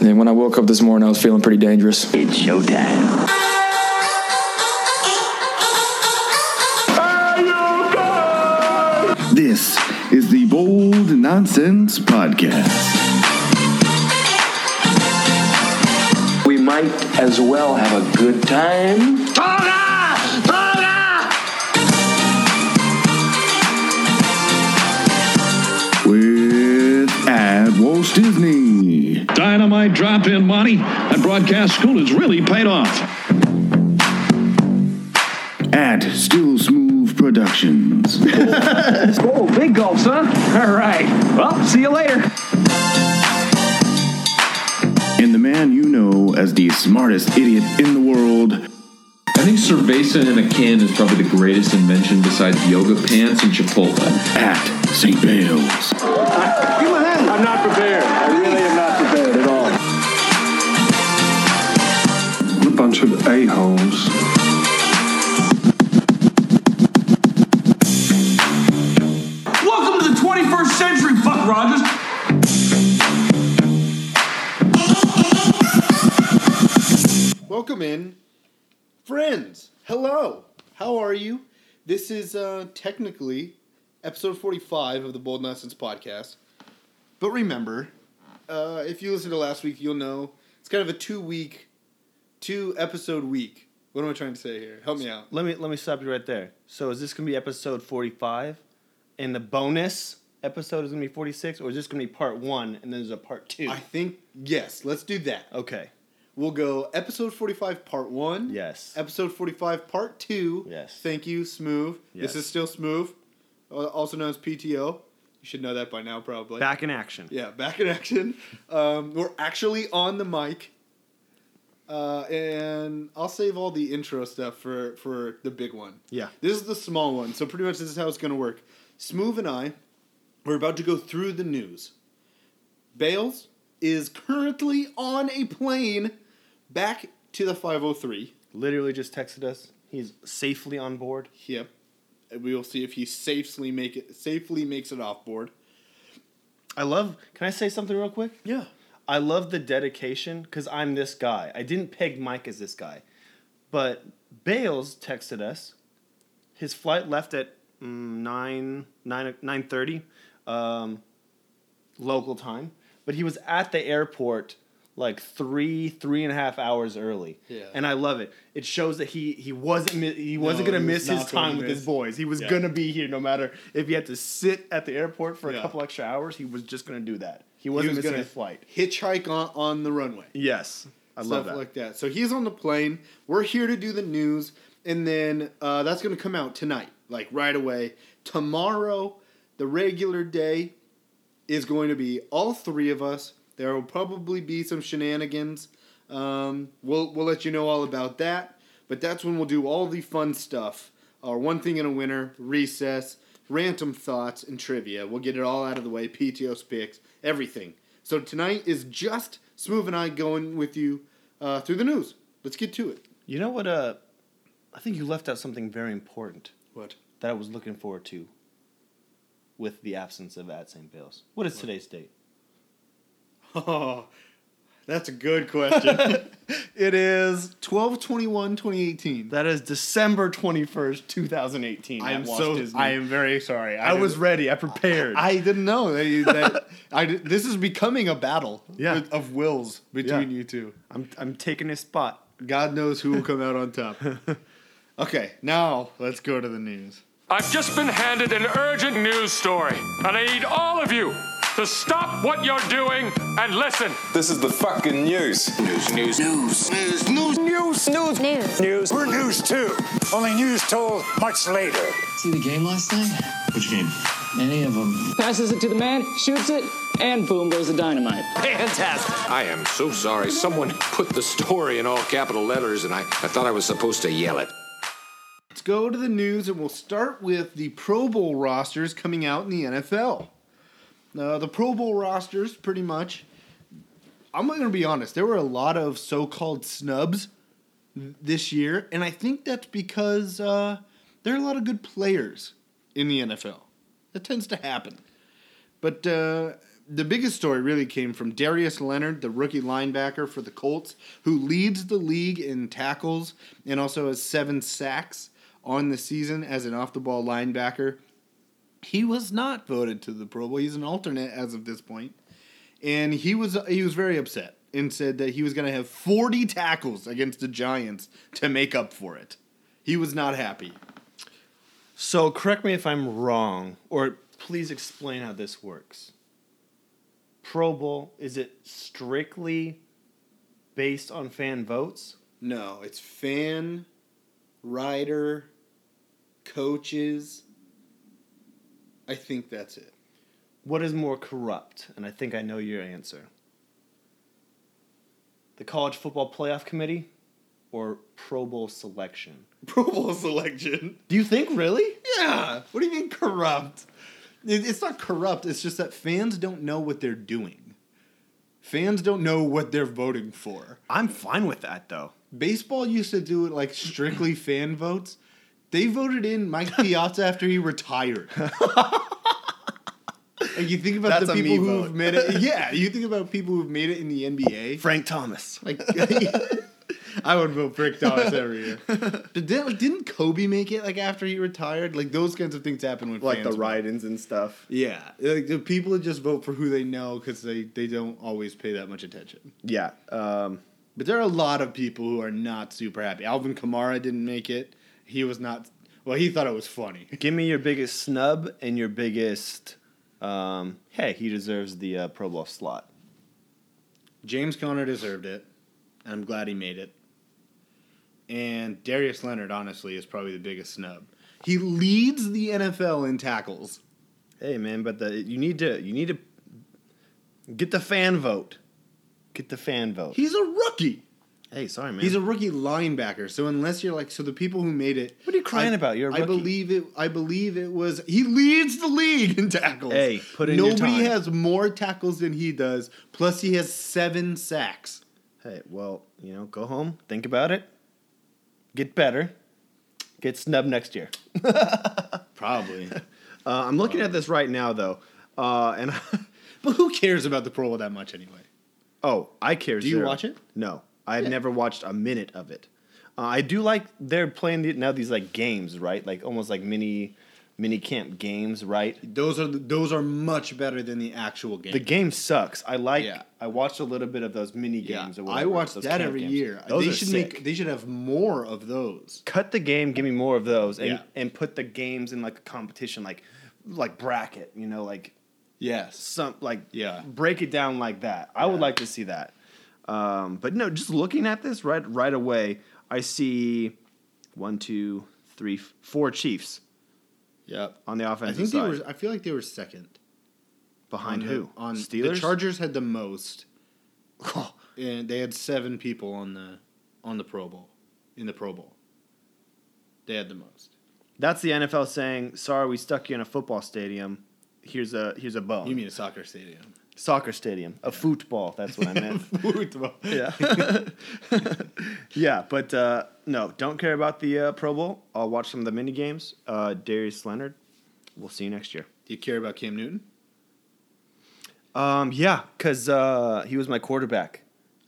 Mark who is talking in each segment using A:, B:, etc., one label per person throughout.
A: And when I woke up this morning, I was feeling pretty dangerous.
B: It's showtime.
C: This is the Bold Nonsense Podcast.
B: We might as well have a good time.
C: With at Walsh Disney,
D: Dynamite drop in money and broadcast school has really paid off.
C: at Still Smooth Productions,
B: Oh, big gulps, huh? All right. Well, see you later.
C: and the man you know as the smartest idiot in the world,
E: I think cerveza in a can is probably the greatest invention besides yoga pants and Chipotle.
C: at St. Bales.
B: I'm not prepared. I really am not prepared at all.
F: a bunch of a-holes.
G: Welcome to the 21st century, Buck Rogers.
H: Welcome in, friends. Hello. How are you? This is uh, technically episode 45 of the Bold Nonsense podcast. But remember, uh, if you listened to last week, you'll know it's kind of a two week, two episode week. What am I trying to say here? Help me out.
I: Let me let me stop you right there. So is this gonna be episode forty five, and the bonus episode is gonna be forty six, or is this gonna be part one and then there's a part two?
H: I think, yes, let's do that.
I: okay.
H: We'll go episode 45, part one.
I: Yes.
H: Episode 45, part two.
I: Yes.
H: Thank you, Smooth.
I: Yes.
H: This is still Smooth, uh, also known as PTO. You should know that by now, probably.
I: Back in action.
H: Yeah, back in action. Um, we're actually on the mic. Uh, and I'll save all the intro stuff for, for the big one.
I: Yeah.
H: This is the small one. So, pretty much, this is how it's going to work. Smooth and I, we're about to go through the news. Bales is currently on a plane back to the 503.
I: Literally just texted us. He's safely on board.
H: Yep. And We will see if he safely make it safely makes it off board.
I: I love. Can I say something real quick?
H: Yeah.
I: I love the dedication because I'm this guy. I didn't peg Mike as this guy, but Bales texted us. His flight left at mm, nine nine nine thirty, um, local time. But he was at the airport like three three and a half hours early.
H: Yeah.
I: and I love it. It shows that he he wasn't mi- he wasn't
H: No,
I: gonna
H: he was
I: miss his
H: not gonna
I: time with his
H: miss.
I: boys. He was
H: Yeah.
I: gonna be here no matter if he had to sit at the airport for
H: Yeah.
I: a couple extra hours. He was just gonna do that. He
H: He
I: wasn't
H: was
I: missing
H: gonna
I: his flight.
H: hitchhike on, on the runway.
I: Yes. I
H: stuff
I: love that.
H: like that. So he's on the plane. We're here to do the news, and then uh, that's going to come out tonight, like right away. Tomorrow, the regular day is going to be all three of us. There will probably be some shenanigans. Um, we'll we'll let you know all about that. But that's when we'll do all the fun stuff. Our one thing in a winner, recess, random thoughts, and trivia. We'll get it all out of the way. PTO's picks, everything. So tonight is just Smooth and I going with you uh, through the news. Let's get to it.
I: you know what? Uh, I think you left out something very important
H: What?
I: that I was looking forward to with the absence of at St. Bales. What is today's date?
H: Oh, that's a good question.
I: It is.
H: 12 21 2018.
I: That is December 21st, 2018.
H: I
I: at
H: am
I: Walt
H: so.
I: Disney.
H: I am very sorry.
I: I
H: didn't-
I: was ready. I prepared.
H: I didn't know that. You, that I did- this is becoming a battle
I: Yeah.
H: with- of wills between
I: Yeah.
H: you two.
I: I'm, I'm taking his spot.
H: God knows who will come out on top. okay, now let's go to the news.
J: I've just been handed an urgent news story, and I need all of you to stop what you're doing and listen.
K: This is the fucking news. News, news, news, news, news, news, news, news, news. We're news too. Only news told much later.
B: See the game last night?
K: Which game?
B: Any of them. Passes it to the man, shoots it, and boom goes the dynamite.
K: Fantastic.
J: I am so sorry. Someone put the story in all capital letters, and I, I thought I was supposed to yell it.
H: Let's go to the news, and we'll start with the Pro Bowl rosters coming out in the NFL. Uh, the Pro Bowl rosters, pretty much. I'm going to be honest. There were a lot of so-called snubs th- this year, and I think that's because uh, there are a lot of good players in the NFL. That tends to happen. But uh, the biggest story really came from Darius Leonard, the rookie linebacker for the Colts, who leads the league in tackles and also has seven sacks on the season as an off the ball linebacker. He was not voted to the Pro Bowl. He's an alternate as of this point, and he was he was very upset and said that he was going to have 40 tackles against the Giants to make up for it. He was not happy.
I: So correct me if I'm wrong, or please explain how this works. Pro Bowl is it strictly based on fan votes?
H: No, it's fan, rider, coaches. I think that's it.
I: What is more corrupt? And I think I know your answer. The College Football Playoff Committee or Pro Bowl selection?
H: Pro Bowl selection.
I: Do you think really?
H: Yeah. What do you mean corrupt? It- It's not corrupt. It's just that fans don't know what they're doing. Fans don't know what they're voting for.
I: I'm fine with that though.
H: Baseball used to do it like strictly fan votes. They voted in Mike Piazza after he retired. like you think about
I: That's
H: the
I: a
H: people
I: me
H: who've
I: vote.
H: made it. Yeah, you think about people who've made it in the NBA.
I: Frank Thomas.
H: Like, I would vote Brick Thomas every year. But didn't, like, didn't Kobe make it like after he retired? Like those kinds of things happen when
I: Like
H: fans
I: the
H: vote.
I: write-ins and stuff.
H: Yeah, like the people that just vote for who they know because they they don't always pay that much attention.
I: Yeah. Um,
H: But there are a lot of people who are not super happy. Alvin Kamara didn't make it. He was not. Well, he thought it was funny.
I: give me your biggest snub and your biggest. Um, hey, he deserves the uh, Pro Bowl slot.
H: James Conner deserved it, and I'm glad he made it. And Darius Leonard, honestly, is probably the biggest snub. He leads the NFL in tackles.
I: Hey man, but the you need to you need to get the fan vote. Get the fan vote.
H: He's a rookie.
I: hey, sorry man.
H: He's a rookie linebacker. So unless you're like, so the people who made it,
I: What are you crying
H: I-
I: about? You're a
H: I
I: rookie.
H: believe it. I believe it was. He leads the league in tackles.
I: Hey, put in your
H: Nobody
I: time.
H: has more tackles than he does. Plus, he has seven sacks.
I: hey, well, you know, go home, think about it, get better, get snubbed next year.
H: Probably.
I: Uh, I'm looking at this right now though, uh, and
H: but who cares about the Pro Bowl that much anyway?
I: oh, I care.
H: Do you
I: zero.
H: watch it?
I: No, I've never watched a minute of it. Uh, I do like they're playing the, now these like games, right? Like almost like mini mini camp games, right?
H: Those are the, those are much better than the actual game.
I: The game sucks. I like.
H: Yeah.
I: I watched a little bit of those mini
H: Yeah,
I: games. or whatever,
H: I watch
I: those
H: that
I: camp
H: every
I: games.
H: year.
I: Those
H: they
I: are
H: should make.
I: sick.
H: They should have more of those.
I: cut the game. Give me more of those, and
H: Yeah.
I: and put the games in like a competition, like like bracket. You know, like
H: Yes.
I: some like
H: Yeah.
I: break it down like that. I would like to see that. Um, but no, just looking at this right right away, I see one, two, three, f- four Chiefs
H: Yep.
I: on the
H: I
I: offensive
H: think they
I: side.
H: were. I feel like they were second.
I: Behind
H: on
I: who?
H: The, on
I: Steelers.
H: The Chargers had the most, and they had seven people on the on the Pro Bowl in the Pro Bowl. They had the most.
I: That's the NFL saying, "Sorry, we stuck you in a football stadium. Here's a here's a bone."
H: You mean a soccer stadium?
I: soccer stadium, a football. That's what I meant.
H: yeah.
I: yeah, yeah, but uh, no, don't care about the uh, Pro Bowl. I'll watch some of the mini games. Uh, Darius Leonard. We'll see you next year.
H: Do you care about Cam Newton?
I: Um, yeah, because uh, he was my quarterback.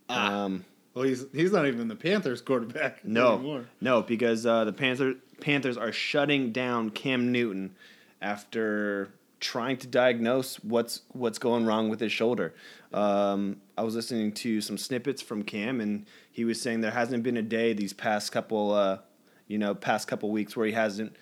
I: Um,
H: Well, he's he's not even the Panthers quarterback
I: no,
H: anymore.
I: no, because uh, the Panthers Panthers are shutting down Cam Newton after trying to diagnose what's what's going wrong with his shoulder. Um, I was listening to some snippets from Cam, and he was saying there hasn't been a day these past couple, uh, you know, past couple weeks where he hasn't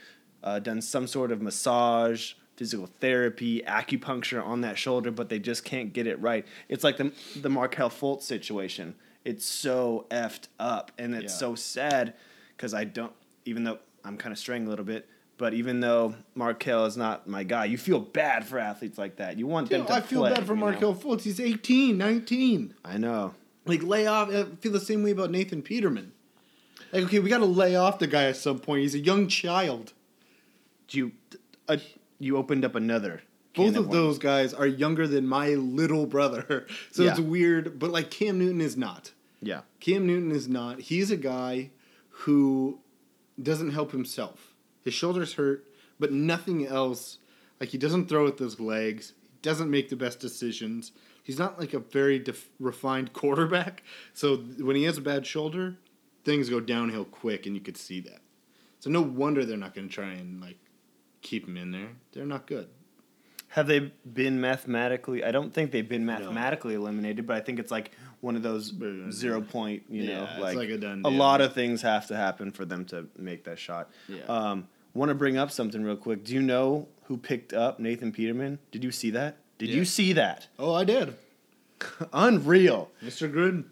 I: uh, done some sort of massage. Physical therapy, acupuncture on that shoulder, but they just can't get it right. It's like the the Markel Fultz situation. It's so effed up, and it's
H: Yeah.
I: so sad because I don't, even though I'm kind of straying a little bit, but even though Markel is not my guy, you feel bad for athletes like that. You want them
H: Dude,
I: to
H: I feel
I: play,
H: bad for
I: you know?
H: Markel Fultz. He's 18, 19.
I: I know.
H: Like, lay off. I feel the same way about Nathan Peterman. Like, okay, we got to lay off the guy at some point. He's a young child.
I: You, uh, you opened up another.
H: Both
I: can
H: of
I: worms.
H: those guys are younger than my little brother. So it's
I: Yeah.
H: weird, but like Cam Newton is not.
I: Yeah.
H: Cam Newton is not. He's a guy who doesn't help himself. His shoulders hurt, but nothing else. Like he doesn't throw with those legs. He doesn't make the best decisions. He's not like a very def- refined quarterback. So th- when he has a bad shoulder, things go downhill quick, and you could see that. So no wonder they're not going to try and like keep him in there. They're not good.
I: Have they been mathematically? I don't think they've been mathematically eliminated, but I think it's like one of those zero point. You
H: Yeah,
I: know,
H: it's
I: uh, like,
H: like a done
I: a
H: deal.
I: lot of things have to happen for them to make that shot.
H: Yeah.
I: Um, Want to bring up something real quick? Do you know who picked up Nathan Peterman? Did you see that? Did you
H: Yeah.
I: see that?
H: Oh, I did,
I: Unreal.
H: Mr. Gruden.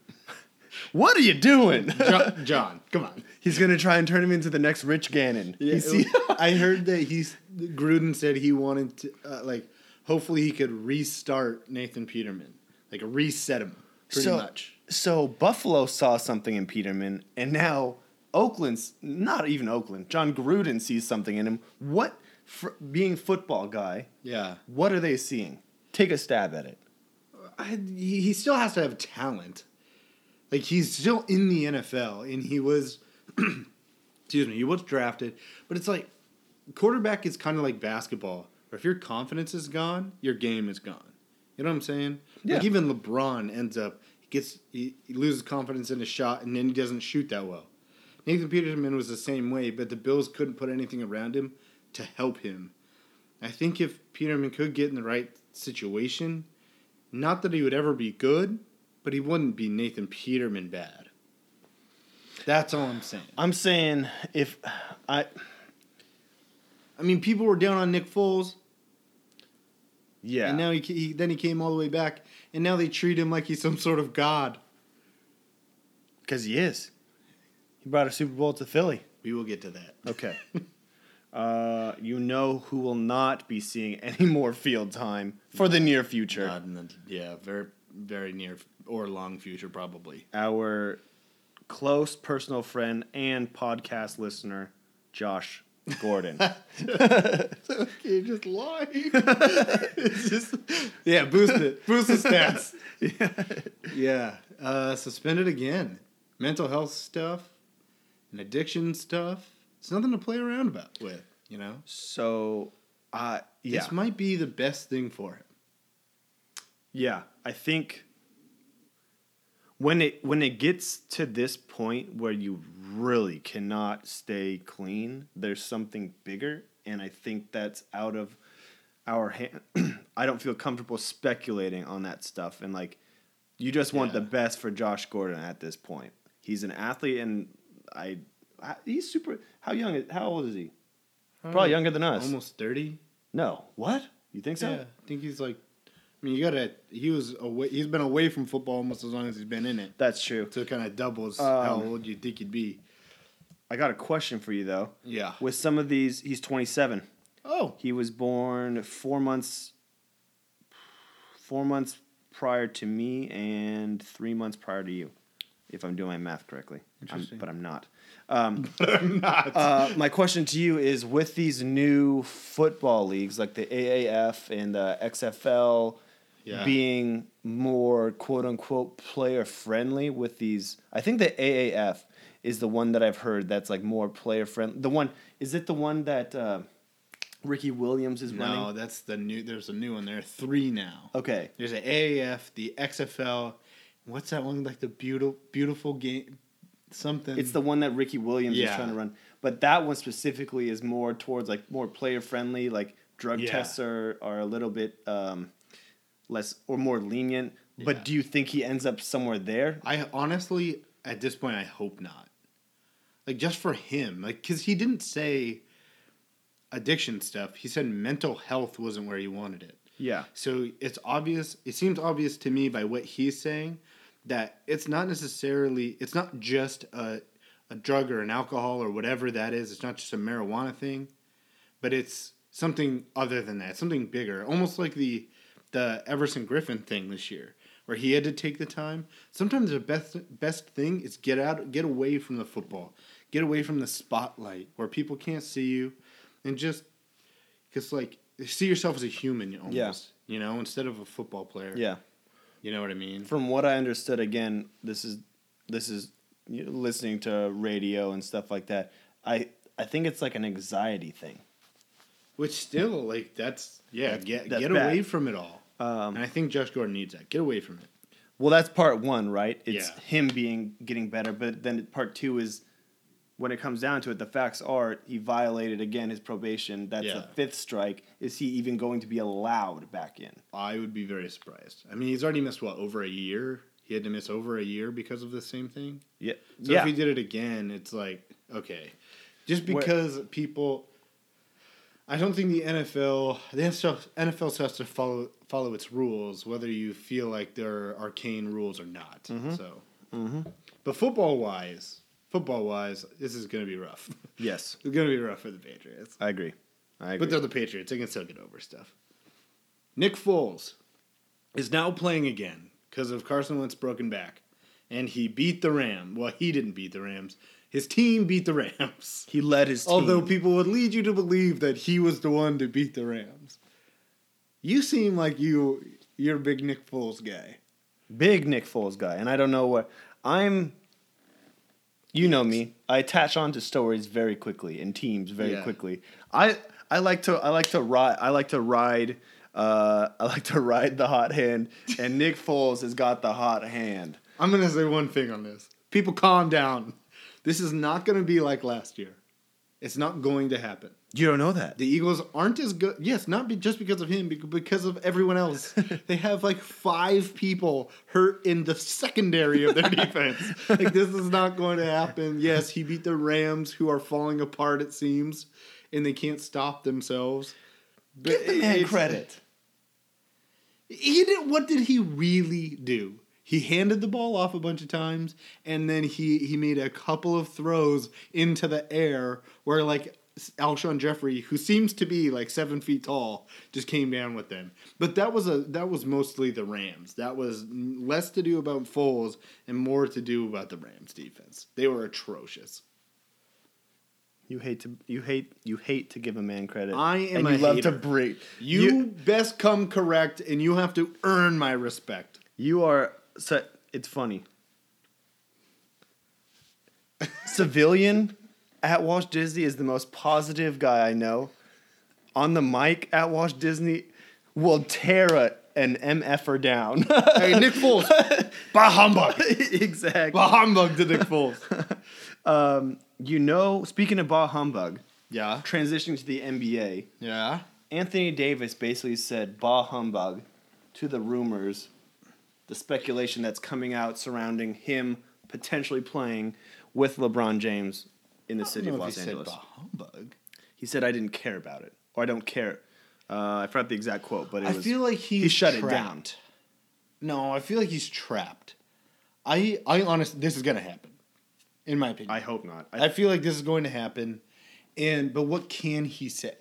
I: What are you doing?
H: John, John come on.
I: He's gonna try and turn him into the next Rich Gannon.
H: Yeah,
I: You
H: it
I: see-
H: was- I heard that he's Gruden said he wanted to uh, like hopefully he could restart Nathan Peterman, like reset him pretty
I: so,
H: much.
I: So Buffalo saw something in Peterman, and now Oakland's not even Oakland. John Gruden sees something in him. What, fr being football guy,
H: Yeah,
I: what are they seeing? Take a stab at it.
H: I, he he still has to have talent. Like he's still in the NFL, and he was, excuse me, he was drafted. But it's like quarterback is kind of like basketball. Where if your confidence is gone, your game is gone. You know what I'm saying?
I: Yeah.
H: Like even LeBron ends up he gets he, he loses confidence in his shot, and then he doesn't shoot that well. Nathan Peterman was the same way, but the Bills couldn't put anything around him to help him. I think if Peterman could get in the right situation, not that he would ever be good, but he wouldn't be Nathan Peterman bad. That's all I'm saying.
I: I'm saying if I
H: I mean, people were down on Nick Foles,
I: yeah
H: and now he, he then he came all the way back, and now they treat him like he's some sort of god.
I: because he is. He brought a Super Bowl to Philly.
H: We will get to that.
I: Okay. uh, you know who will not be seeing any more field time for the near future.
H: God, in the, yeah, very very near or long future probably.
I: our close personal friend and podcast listener, Josh Gordon.
H: You're just lying. It's just- yeah, boost it, boost the stats. yeah, uh, suspended again. Mental health stuff and addiction stuff. It's nothing to play around about with, you know.
I: so, uh, yeah,
H: This might be the best thing for him.
I: yeah, I think when it when it gets to this point where you really cannot stay clean, there's something bigger, and I think that's out of our hand. I don't feel comfortable speculating on that stuff, and like, you just want the best for Josh Gordon at this point. He's an athlete, and I, I he's super. How young? is- How old is he? Probably younger than us.
H: Uh, Almost thirty.
I: No, what? You think so?
H: Yeah, I think he's like. I mean, you gotta. He was away. He's been away from football almost as long as he's been in it.
I: That's true.
H: So it kind of doubles how
I: Um,
H: old you think he'd be.
I: I got a question for you though.
H: Yeah.
I: With some of these, he's 27.
H: Oh,
I: He was born four months, four months prior to me, and three months prior to you, if I'm doing my math correctly. I'm- but I'm not. Um, uh, my question to you is: With these new football leagues like the AAF and the XFL
H: Yeah.
I: being more "quote unquote" player friendly, with these, I think the AAF is the one that I've heard that's like more player friendly. The one is it the one that uh, Ricky Williams is
H: No,
I: running?
H: that's the new. There's a new one. There are three now.
I: Okay.
H: There's the AAF, the XFL. What's that one like? The beautiful, beautiful game, something.
I: It's the one that Ricky Williams is
H: Mm. Yeah.
I: trying to run. But that one specifically is more towards like more player friendly. Like drug
H: Yeah.
I: tests are, are a little bit um, less or more lenient. But
H: Yeah.
I: do you think he ends up somewhere there?
H: I honestly, at this point, I hope not. Like just for him, like because he didn't say addiction stuff. He said mental health wasn't where he wanted it.
I: Yeah.
H: So it's obvious. It seems obvious to me by what he's saying that it's not necessarily. It's not just a a drug or an alcohol or whatever that is. It's not just a marijuana thing, but it's something other than that. Something bigger. Almost like the the Everson Griffin thing this year, where he had to take the time. Sometimes the best best thing is get out, get away from the football, get away from the spotlight where people can't see you, and just because like see yourself as a human almost
I: Yeah.
H: you know instead of a football player
I: Yeah.
H: you know what i mean
I: From what I understood, again, this is this is you know, listening to radio and stuff like that. I I think it's like an anxiety thing.
H: Which still, like, that's yeah, get
I: that's
H: get
I: bad. Um,
H: away from it all. and I think Josh Gordon needs that. Get away from it.
I: Well, that's part one, right? It's
H: Yeah.
I: him being getting better, but then part two is when it comes down to it, the facts are he violated again his probation. That's
H: Yeah.
I: a fifth strike. Is he even going to be allowed back in?
H: I would be very surprised. I mean, he's already missed what over a year. He had to miss over a year because of the same thing.
I: Yeah.
H: So
I: yeah.
H: if he did it again, it's like okay, just
I: Where-
H: because people. I don't think the NFL the NFL NFL still has to follow follow its rules, whether you feel like they're arcane rules or not.
I: Mm-hmm.
H: So, but football wise, football wise, this is going to be rough.
I: yes,
H: it's going to be rough for the Patriots,
I: I agree. I agree.
H: but they're the Patriots. They can still get over stuff. Nick Foles is now playing again because of Carson Wentz broken back, and he beat the Ram. Well, he didn't beat the Rams. His team beat the Rams.
I: he led his team.
H: Although people would lead you to believe that he was the one to beat the Rams. You seem like you you're a big Nick Foles guy.
I: big Nick Foles guy, and I don't know what I'm. You know me. I attach onto stories very quickly and teams very
H: Yeah.
I: quickly. I I like to I like to ride I like to ride uh, I like to ride the hot hand, and Nick Foles has got the hot hand.
H: I'm gonna say one thing on this. People calm down. This is not gonna be like last year. It's not going to happen.
I: You don't know that.
H: The Eagles aren't as good. Yes, not be, just because of him, bec- because of everyone else. they have like five people hurt in the secondary of their defense. like this is not going to happen. Yes, he beat the Rams, who are falling apart. It seems, and they can't stop themselves. But
I: Give the man
H: it's-
I: credit.
H: He did. What did he really do? He handed the ball off a bunch of times, and then he he made a couple of throws into the air where like Alshon Jeffrey, who seems to be like seven feet tall, just came down with them. But that was a that was mostly the Rams. That was less to do about Foles and more to do about the Rams defense. They were atrocious.
I: You hate to you hate you hate to give a man credit.
H: I am
I: And you
H: a
I: love
H: hater.
I: to break.
H: You, best come correct, and you have to earn my respect.
I: You are. So, it's funny. Civilian at Walt Disney is the most positive guy I know. On the mic at Walt Disney will tear a, an MFer down.
H: Hey, Nick Foles, bah humbug,
I: exactly.
H: bah humbug to Nick Foles.
I: you know, speaking of bah humbug,
H: Yeah.
I: transitioning to the NBA,
H: Yeah.
I: Anthony Davis basically said bah humbug to the rumors, the speculation that's coming out surrounding him potentially playing with LeBron James in the city of Los Angeles.
H: humbug.
I: he said, I didn't care about it, or I don't care. Uh, I forgot the exact quote, but it
H: I
I: was.
H: feel like he's
I: he shut it down.
H: trapped. No, I feel like he's trapped. I I honestly this is gonna happen. In my opinion.
I: I hope not. I,
H: I feel like this is going to happen. And but what can he say?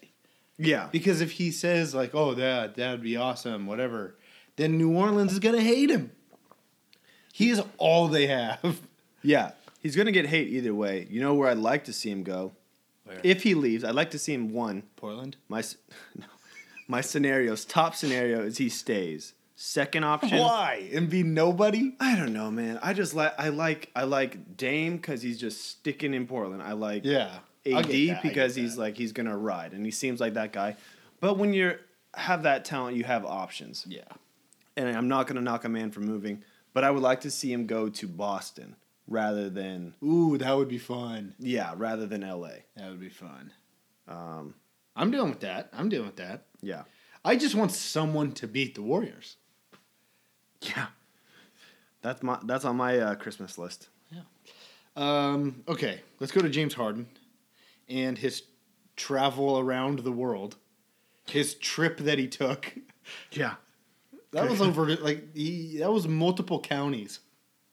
I: yeah.
H: Because if he says like, "Oh, that that'd be awesome," whatever, then New Orleans is gonna hate him. He is all they have.
I: Yeah. He's going to get hate either way. You know where I'd like to see him go? If he leaves, I'd like to see him one.
H: Portland.
I: My s- no, my scenarios top scenario is he stays. Second option.
H: Why and be nobody?
I: I don't know, man. I just like I like I like Dame because he's just sticking in Portland. I like
H: Yeah, I
I: AD
H: get that, I
I: because
H: get
I: he's
H: that.
I: like he's gonna ride and he seems like that guy. But when you're have that talent, you have options.
H: Yeah.
I: And I'm not gonna knock a man for moving, but I would like to see him go to Boston rather than
H: Ooh, that would be fun.
I: yeah rather than LA.
H: That would be fun. Um, I'm dealing with that. I'm dealing with that.
I: Yeah.
H: I just want someone to beat the Warriors.
I: Yeah. That's my that's on my uh, Christmas list.
H: Um, okay, let's go to James Harden and his travel around the world, his trip that he took.
I: Yeah.
H: That was over like he, that was multiple counties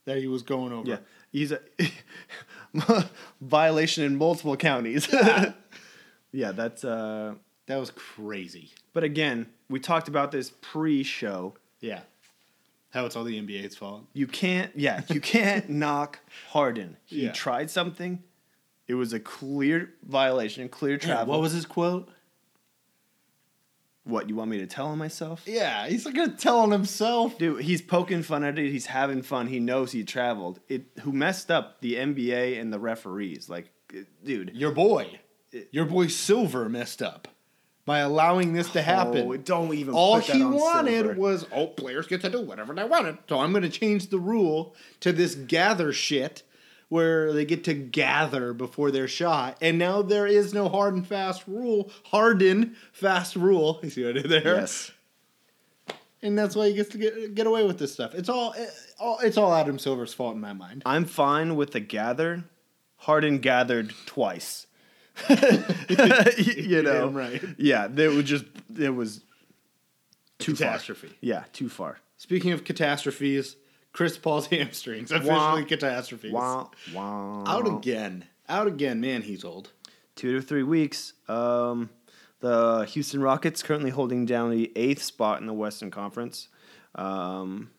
H: that he was going over.
I: Yeah, he's a violation in multiple counties. yeah, that's. Uh,
H: That was crazy.
I: but again, we talked about this pre-show.
H: Yeah. How it's all the NBA's fault.
I: You can't. Yeah, you can't knock Harden. He
H: Yeah.
I: tried something. It was a clear violation, clear travel.
H: What was his quote?
I: What you want me to tell him myself?
H: Yeah, he's not gonna tell on himself.
I: Dude, he's poking fun at it. He's having fun. He knows he traveled. It who messed up the NBA and the referees. Like, dude,
H: Your boy. Your boy Silver messed up.
I: by allowing this to happen.
L: Oh, don't even
H: All
L: put that
H: he
L: on
H: wanted
L: Silver.
H: was, oh, players get to do whatever they wanted. So I'm going to change the rule to this gather shit where they get to gather before their shot. And now there is no hard and fast rule. Harden fast rule. You see what I did there?
L: Yes.
H: And that's why he gets to get, get away with this stuff. It's all, it, all it's all Adam Silver's fault in my mind.
I: I'm fine with the gather. Harden gathered twice. you know,
H: damn right.
I: Yeah, it was just it was too
H: Catastrophe.
I: Far. Yeah, too far.
H: Speaking of catastrophes, Chris Paul's hamstrings officially
I: Wah.
H: catastrophes.
I: Wow, wow.
H: Out again. Out again. Man, he's old.
I: two to three weeks. Um, the Houston Rockets currently holding down the eighth spot in the Western Conference. Um,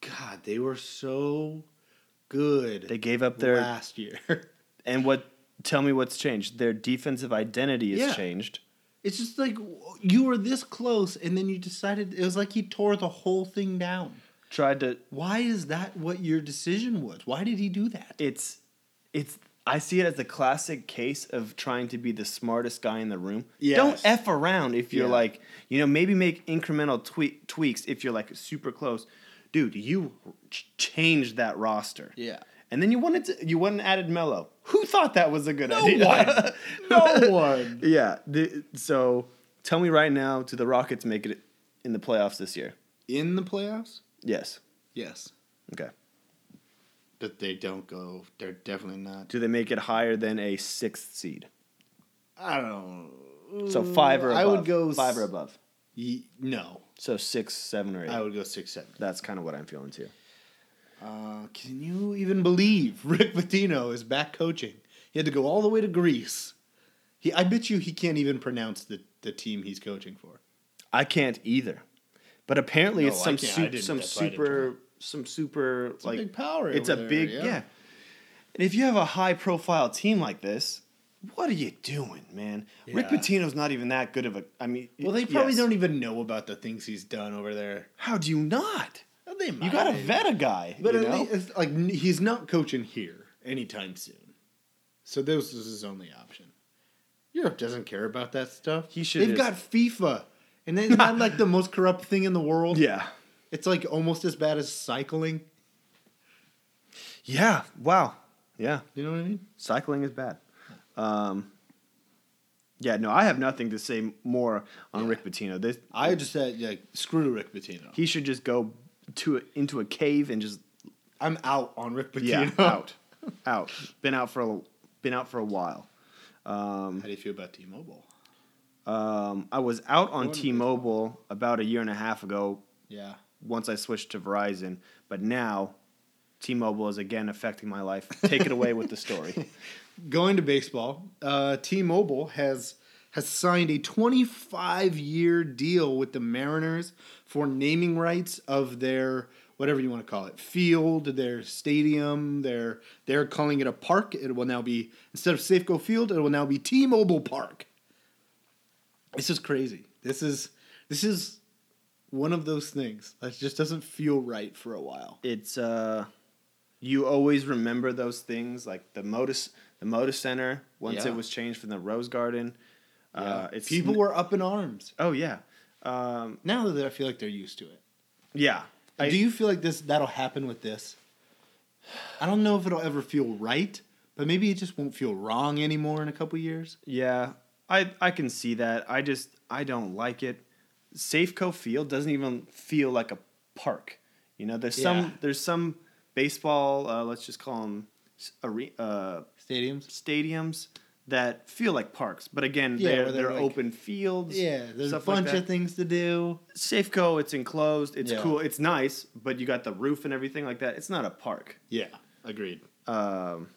H: God, they were so good.
I: they gave up their
H: last year.
I: and what? Tell me what's changed. Their defensive identity has
H: Yeah.
I: changed.
H: It's just like you were this close, and then you decided it was like he tore the whole thing down.
I: Tried to.
H: Why is that what your decision was? Why did he do that?
I: It's. It's. I see it as the classic case of trying to be the smartest guy in the room. Don't
H: Yes.
I: f around if you're
H: Yeah.
I: like, you know, maybe make incremental tweak, tweaks if you're like super close. Dude, you ch- changed that roster.
H: Yeah.
I: And then you wanted to, you went and added Mello. Who thought that was a good idea?
H: No one.
I: yeah. the- so tell me right now, do the Rockets make it in the playoffs this year?
H: In the playoffs?
I: Yes.
H: Yes.
I: Okay.
H: But they don't go. They're definitely not.
I: Do they make it higher than a sixth seed?
H: I don't.
I: So five or above.
H: I would go s-
I: five or above.
H: Ye- No,
I: So six, seven, or eight.
H: I would go six seven.
I: That's kind of what I'm feeling too.
H: Uh, can you even believe Rick Pitino is back coaching? He had to go all the way to Greece. He, I bet you, he can't even pronounce the, the team he's coaching for.
I: I can't either. But apparently
H: No,
I: it's
H: I
I: some
H: can't. I
I: su-
H: didn't-
I: some
H: that's why I didn't
I: super some super
H: a
I: like
H: big power
I: It's
H: over
I: a
H: there,
I: big
H: yeah.
I: yeah. And if you have a high profile team like this, what are you doing, man? Rick
H: Yeah.
I: Pitino's not even that good of a. I mean,
H: Well, they probably
I: yes.
H: don't e- even know about the things he's done over there.
I: How do you not?
H: They
I: You got to vet a guy.
H: but
I: you
H: at
I: know?
H: least, it's like n- he's not coaching here anytime soon. So this is his only option. Europe doesn't care about that stuff.
I: He should
H: They've
I: just-
H: got FIFA, and then not like the most corrupt thing in the world.
I: yeah,
H: it's like almost as bad as cycling.
I: yeah. Wow. Yeah,
H: You know what I mean?
I: cycling is bad. Um, yeah, no, I have nothing to say more on Rick Pitino. This
H: I just said like screw Rick Pitino.
I: he should just go to a, into a cave and just
H: I'm out on Rick
I: yeah
H: Pitino.
I: out out been out for a been out for a while.
H: How do you feel about T-Mobile?
I: Um, I was out on T-Mobile about a year and a half ago
H: Yeah.
I: once I switched to Verizon, but now T-Mobile is again affecting my life. Take it away with the story.
H: Going to baseball, uh, T-Mobile has has signed a 25 year deal with the Mariners for naming rights of their whatever you want to call it field, their stadium, their they're calling it a park. It will now be instead of Safeco Field, it will now be T-Mobile Park. This is crazy. This is this is one of those things that just doesn't feel right for a while.
I: It's uh, you always remember those things like the Modus the Modus Center once
H: Yeah.
I: it was changed from the Rose Garden. Uh, it's
H: People were up in arms.
I: oh yeah, um,
H: Now that I feel like they're used to it.
I: yeah. I-
H: Do you feel like this that'll happen with this? I don't know if it'll ever feel right, but maybe it just won't feel wrong anymore in a couple years.
I: Yeah, I I can see that. I just I don't like it. Safeco Field doesn't even feel like a park. You know, there's
H: Yeah.
I: some there's some baseball. Uh, let's just call them are, uh,
H: Stadiums.
I: stadiums that feel like parks. But again,
H: Yeah,
I: they're
H: where
I: they're,
H: they're like-
I: open fields.
H: Yeah, there's a
I: stuff
H: bunch
I: like that.
H: of things to do.
I: Safeco, it's enclosed. It's
H: Yeah.
I: cool. It's nice, but you got the roof and everything like that. It's not a park.
H: Yeah, agreed.
I: Um,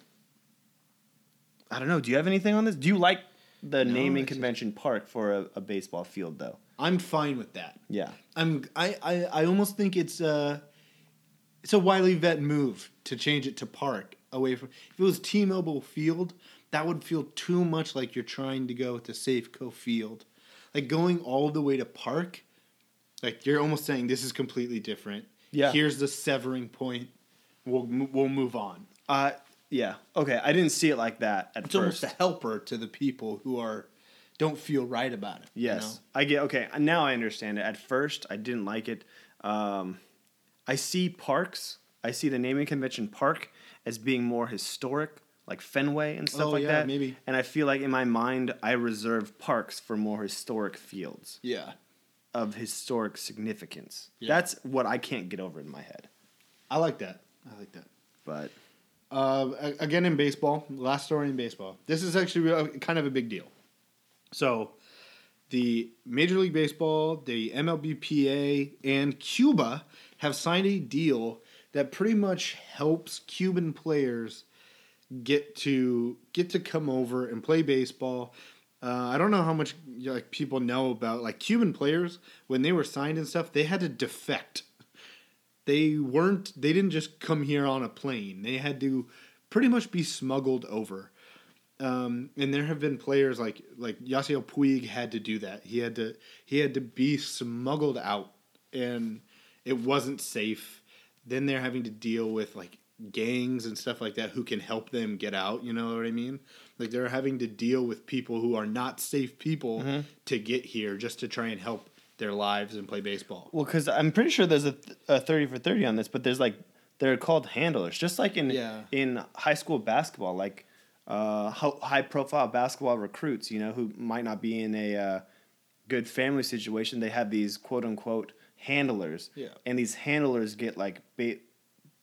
I: I don't know. Do you have anything on this? Do you like the naming
H: it's just-
I: convention park for a, a baseball field though?
H: I'm fine with that.
I: Yeah.
H: I'm I, I, I almost think it's a it's a wily vet move to change it to park away from if it was T-Mobile Field that would feel too much like you're trying to go to Safeco Field like going all the way to park like you're almost saying this is completely different
I: Yeah.
H: here's the severing point we'll m- we'll move on
I: Uh yeah. Okay, I didn't see it like that at
H: it's almost
I: first.
H: a helper to the people who are don't feel right about it. you
I: Yes, I get. Okay, now I understand it. At first, I didn't like it. Um, I see parks. I see the naming convention park as being more historic, like Fenway and stuff
H: Oh,
I: like
H: yeah,
I: that.
H: maybe.
I: And I feel like in my mind, I reserve parks for more historic fields
H: know? Yeah.
I: of historic significance.
H: Yeah.
I: That's what I can't get over in my head.
H: I like that. I like that.
I: But
H: Uh, a- again, in baseball, last story in baseball. This is actually real- kind of a big deal. So, the Major League Baseball, the MLBPA, and Cuba have signed a deal that pretty much helps Cuban players get to get to come over and play baseball. Uh, I don't know how much you know, like people know about like Cuban players when they were signed and stuff. They had to defect they weren't they didn't just come here on a plane they had to pretty much be smuggled over um, and there have been players like like Yasiel Puig had to do that he had to he had to be smuggled out and it wasn't safe then they're having to deal with like gangs and stuff like that who can help them get out you know what i mean like they're having to deal with people who are not safe people to get here just to try and help their lives and play baseball
I: well, because I'm pretty sure there's a, th- a thirty for thirty on this, but there's like they're called handlers, just like in
H: Yeah.
I: in high school basketball, like uh, high profile basketball recruits, you know, who might not be in a uh, good family situation. They have these quote unquote handlers,
H: Yeah.
I: and these handlers get like ba-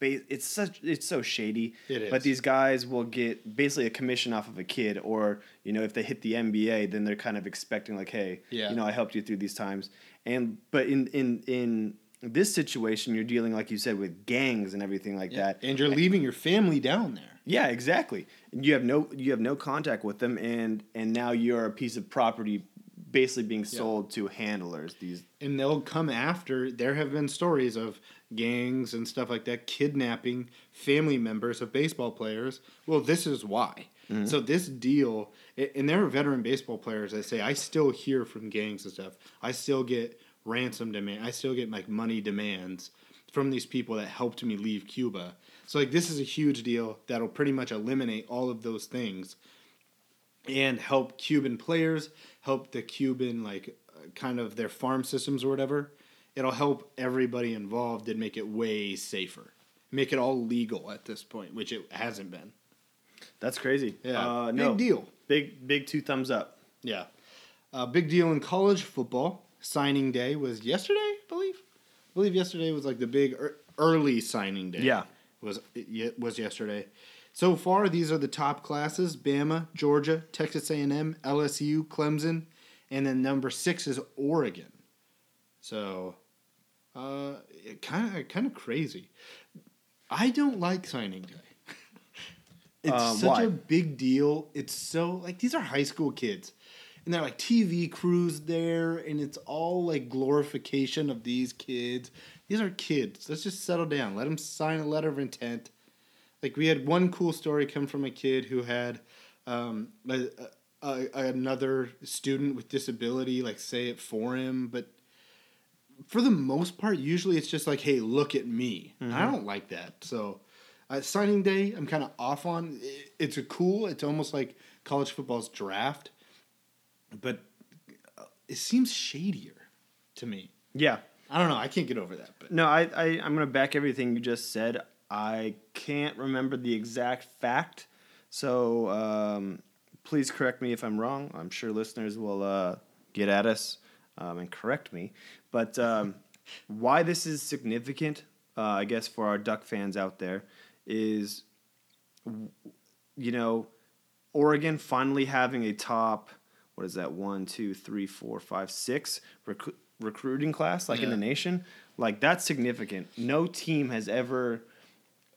I: ba- it's such it's so shady.
H: It
I: but
H: is.
I: these guys will get basically a commission off of a kid, or you know, if they hit the NBA, then they're kind of expecting like, hey,
H: Yeah.
I: you know, I helped you through these times. And but in in in this situation, you're dealing like you said with gangs and everything like that.
H: and you're leaving your family down there
I: Yeah, exactly. And You have no you have no contact with them, and and now you're a piece of property basically being sold to handlers. These
H: and they'll come after. There have been stories of gangs and stuff like that kidnapping family members of baseball players. Well, this is why. So this deal, a- and there are veteran baseball players that say, "I still hear from gangs and stuff. I still get ransom demand. I still get like money demands from these people that helped me leave Cuba." So like this is a huge deal that'll pretty much eliminate all of those things and help Cuban players, help the Cuban like uh, kind of their farm systems or whatever. It'll help everybody involved and make it way safer. Make it all legal at this point, which it hasn't been.
I: that's crazy.
H: Yeah.
I: uh,
H: Big
I: no.
H: deal.
I: Big big two thumbs up.
H: Yeah. A big deal in college football. Signing day was yesterday, I believe. I believe yesterday was like the big ear- early signing day.
I: Yeah.
H: Was it ye- was yesterday. So far these are the top classes: Bama, Georgia, Texas A&M, LSU, Clemson, and then number 6 is Oregon. So uh kind of kind of crazy. I don't like signing day. Um, It's
I: Uh,
H: such
I: why?
H: a big deal. It's so like these are high school kids. And they're like TV crews there, and it's all like glorification of these kids. These are kids. Let's just settle down. Let them sign a letter of intent. Like we had one cool story come from a kid who had um, a, a, a- another student with disability like say it for him, but for the most part, usually it's just like, hey, look at me. And I don't like that. So, uh, signing day, I'm kind of off on. I- It's a cool. It's almost like college football's draft, but uh, it seems shadier to me.
I: Yeah.
H: I don't know. I can't get over that. But
I: No, I, I I'm gonna back everything you just said. I can't remember the exact fact, so um, please correct me if I'm wrong. I'm sure listeners will uh, get at us um, and correct me. But um, why this is significant, uh, I guess, for our Duck fans out there, is you know, Oregon finally having a top, what is that, one, two, three, four, five, six recru- recruiting class, like in the nation. Like, that's significant. No team has ever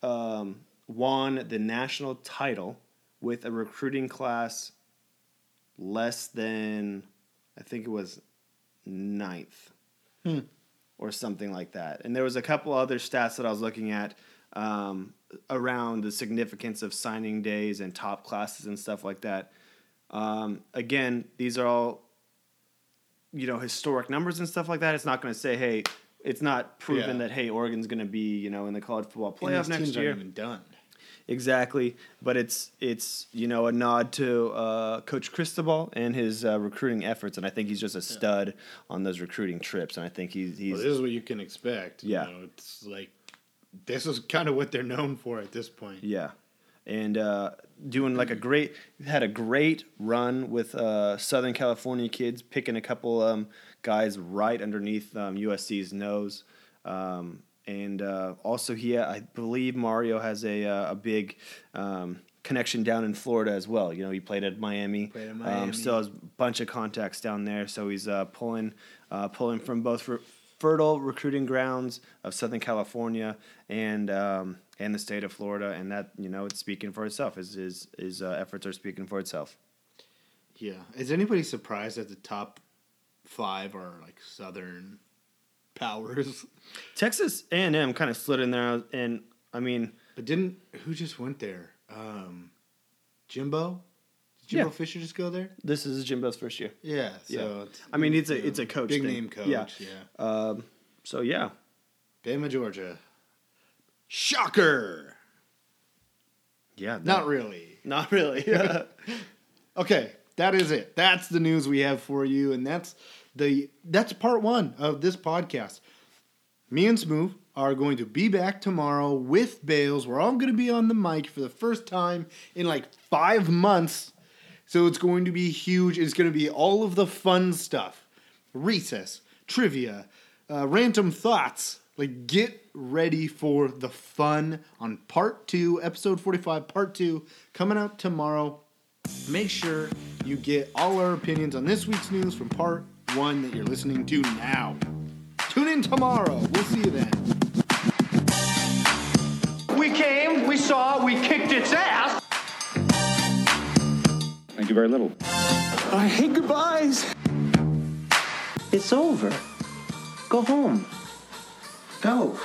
I: um, won the national title with a recruiting class less than, I think it was ninth
H: Hmm.
I: or something like that. And there was a couple other stats that I was looking at um, around the significance of signing days and top classes and stuff like that. Um, again, these are all you know historic numbers and stuff like that. It's not going to say, hey, it's not proven
H: Yeah.
I: that hey Oregon's going to be you know in the college football
H: And
I: playoff
H: these
I: next
H: teams aren't
I: year.
H: even done.
I: exactly, but it's it's you know a nod to uh, Coach Cristobal and his uh, recruiting efforts, and I think he's just a stud on those recruiting trips, and I think he's he's
H: Well, this is what you can expect. you
I: Yeah.
H: know, it's like this is kind of what they're known for at this point.
I: Yeah, and uh, doing like a
H: Mm-hmm.
I: great had a great run with uh, Southern California kids, picking a couple um, guys right underneath um, USC's nose, um, and uh, also he I believe Mario has a uh, a big. Um, Connection down in Florida as well. You know, he played at Miami.
H: Played at
I: Um,
H: Miami.
I: still has a bunch of contacts down there, so he's uh, pulling uh, pulling from both re- fertile recruiting grounds of Southern California and um, and the state of Florida, and that you know it's speaking for itself. His his, his uh, efforts are speaking for itself.
H: Yeah. Is anybody surprised that the top five are like Southern powers?
I: Texas A and M kind of slid in there, and I mean,
H: But didn't who just went there? Um, Jimbo. Did Jimbo
I: Yeah.
H: Fisher just go there?
I: this is Jimbo's first year.
H: Yeah. So
I: yeah.
H: It's,
I: I mean, it's
H: you
I: a
H: know,
I: it's a coach
H: big
I: thing.
H: name coach.
I: Yeah.
H: yeah.
I: Um, so yeah,
H: Bama, Georgia. Shocker!
I: yeah.
H: Not really.
I: not really.
H: Okay, that is it. That's the news we have for you, and that's the that's part one of this podcast. Me and Smooth are going to be back tomorrow with Bales. We're all going to be on the mic for the first time in like five months. So it's going to be huge. It's going to be all of the fun stuff recess, trivia, uh, random thoughts. Like, get ready for the fun on part two, episode 45, part two, coming out tomorrow. Make sure you get all our opinions on this week's news from part one that you're listening to now. Tune in tomorrow. We'll see you then.
M: We came, we saw, we kicked its ass.
N: Thank you very little.
O: I hate goodbyes.
P: It's over. Go home. Go.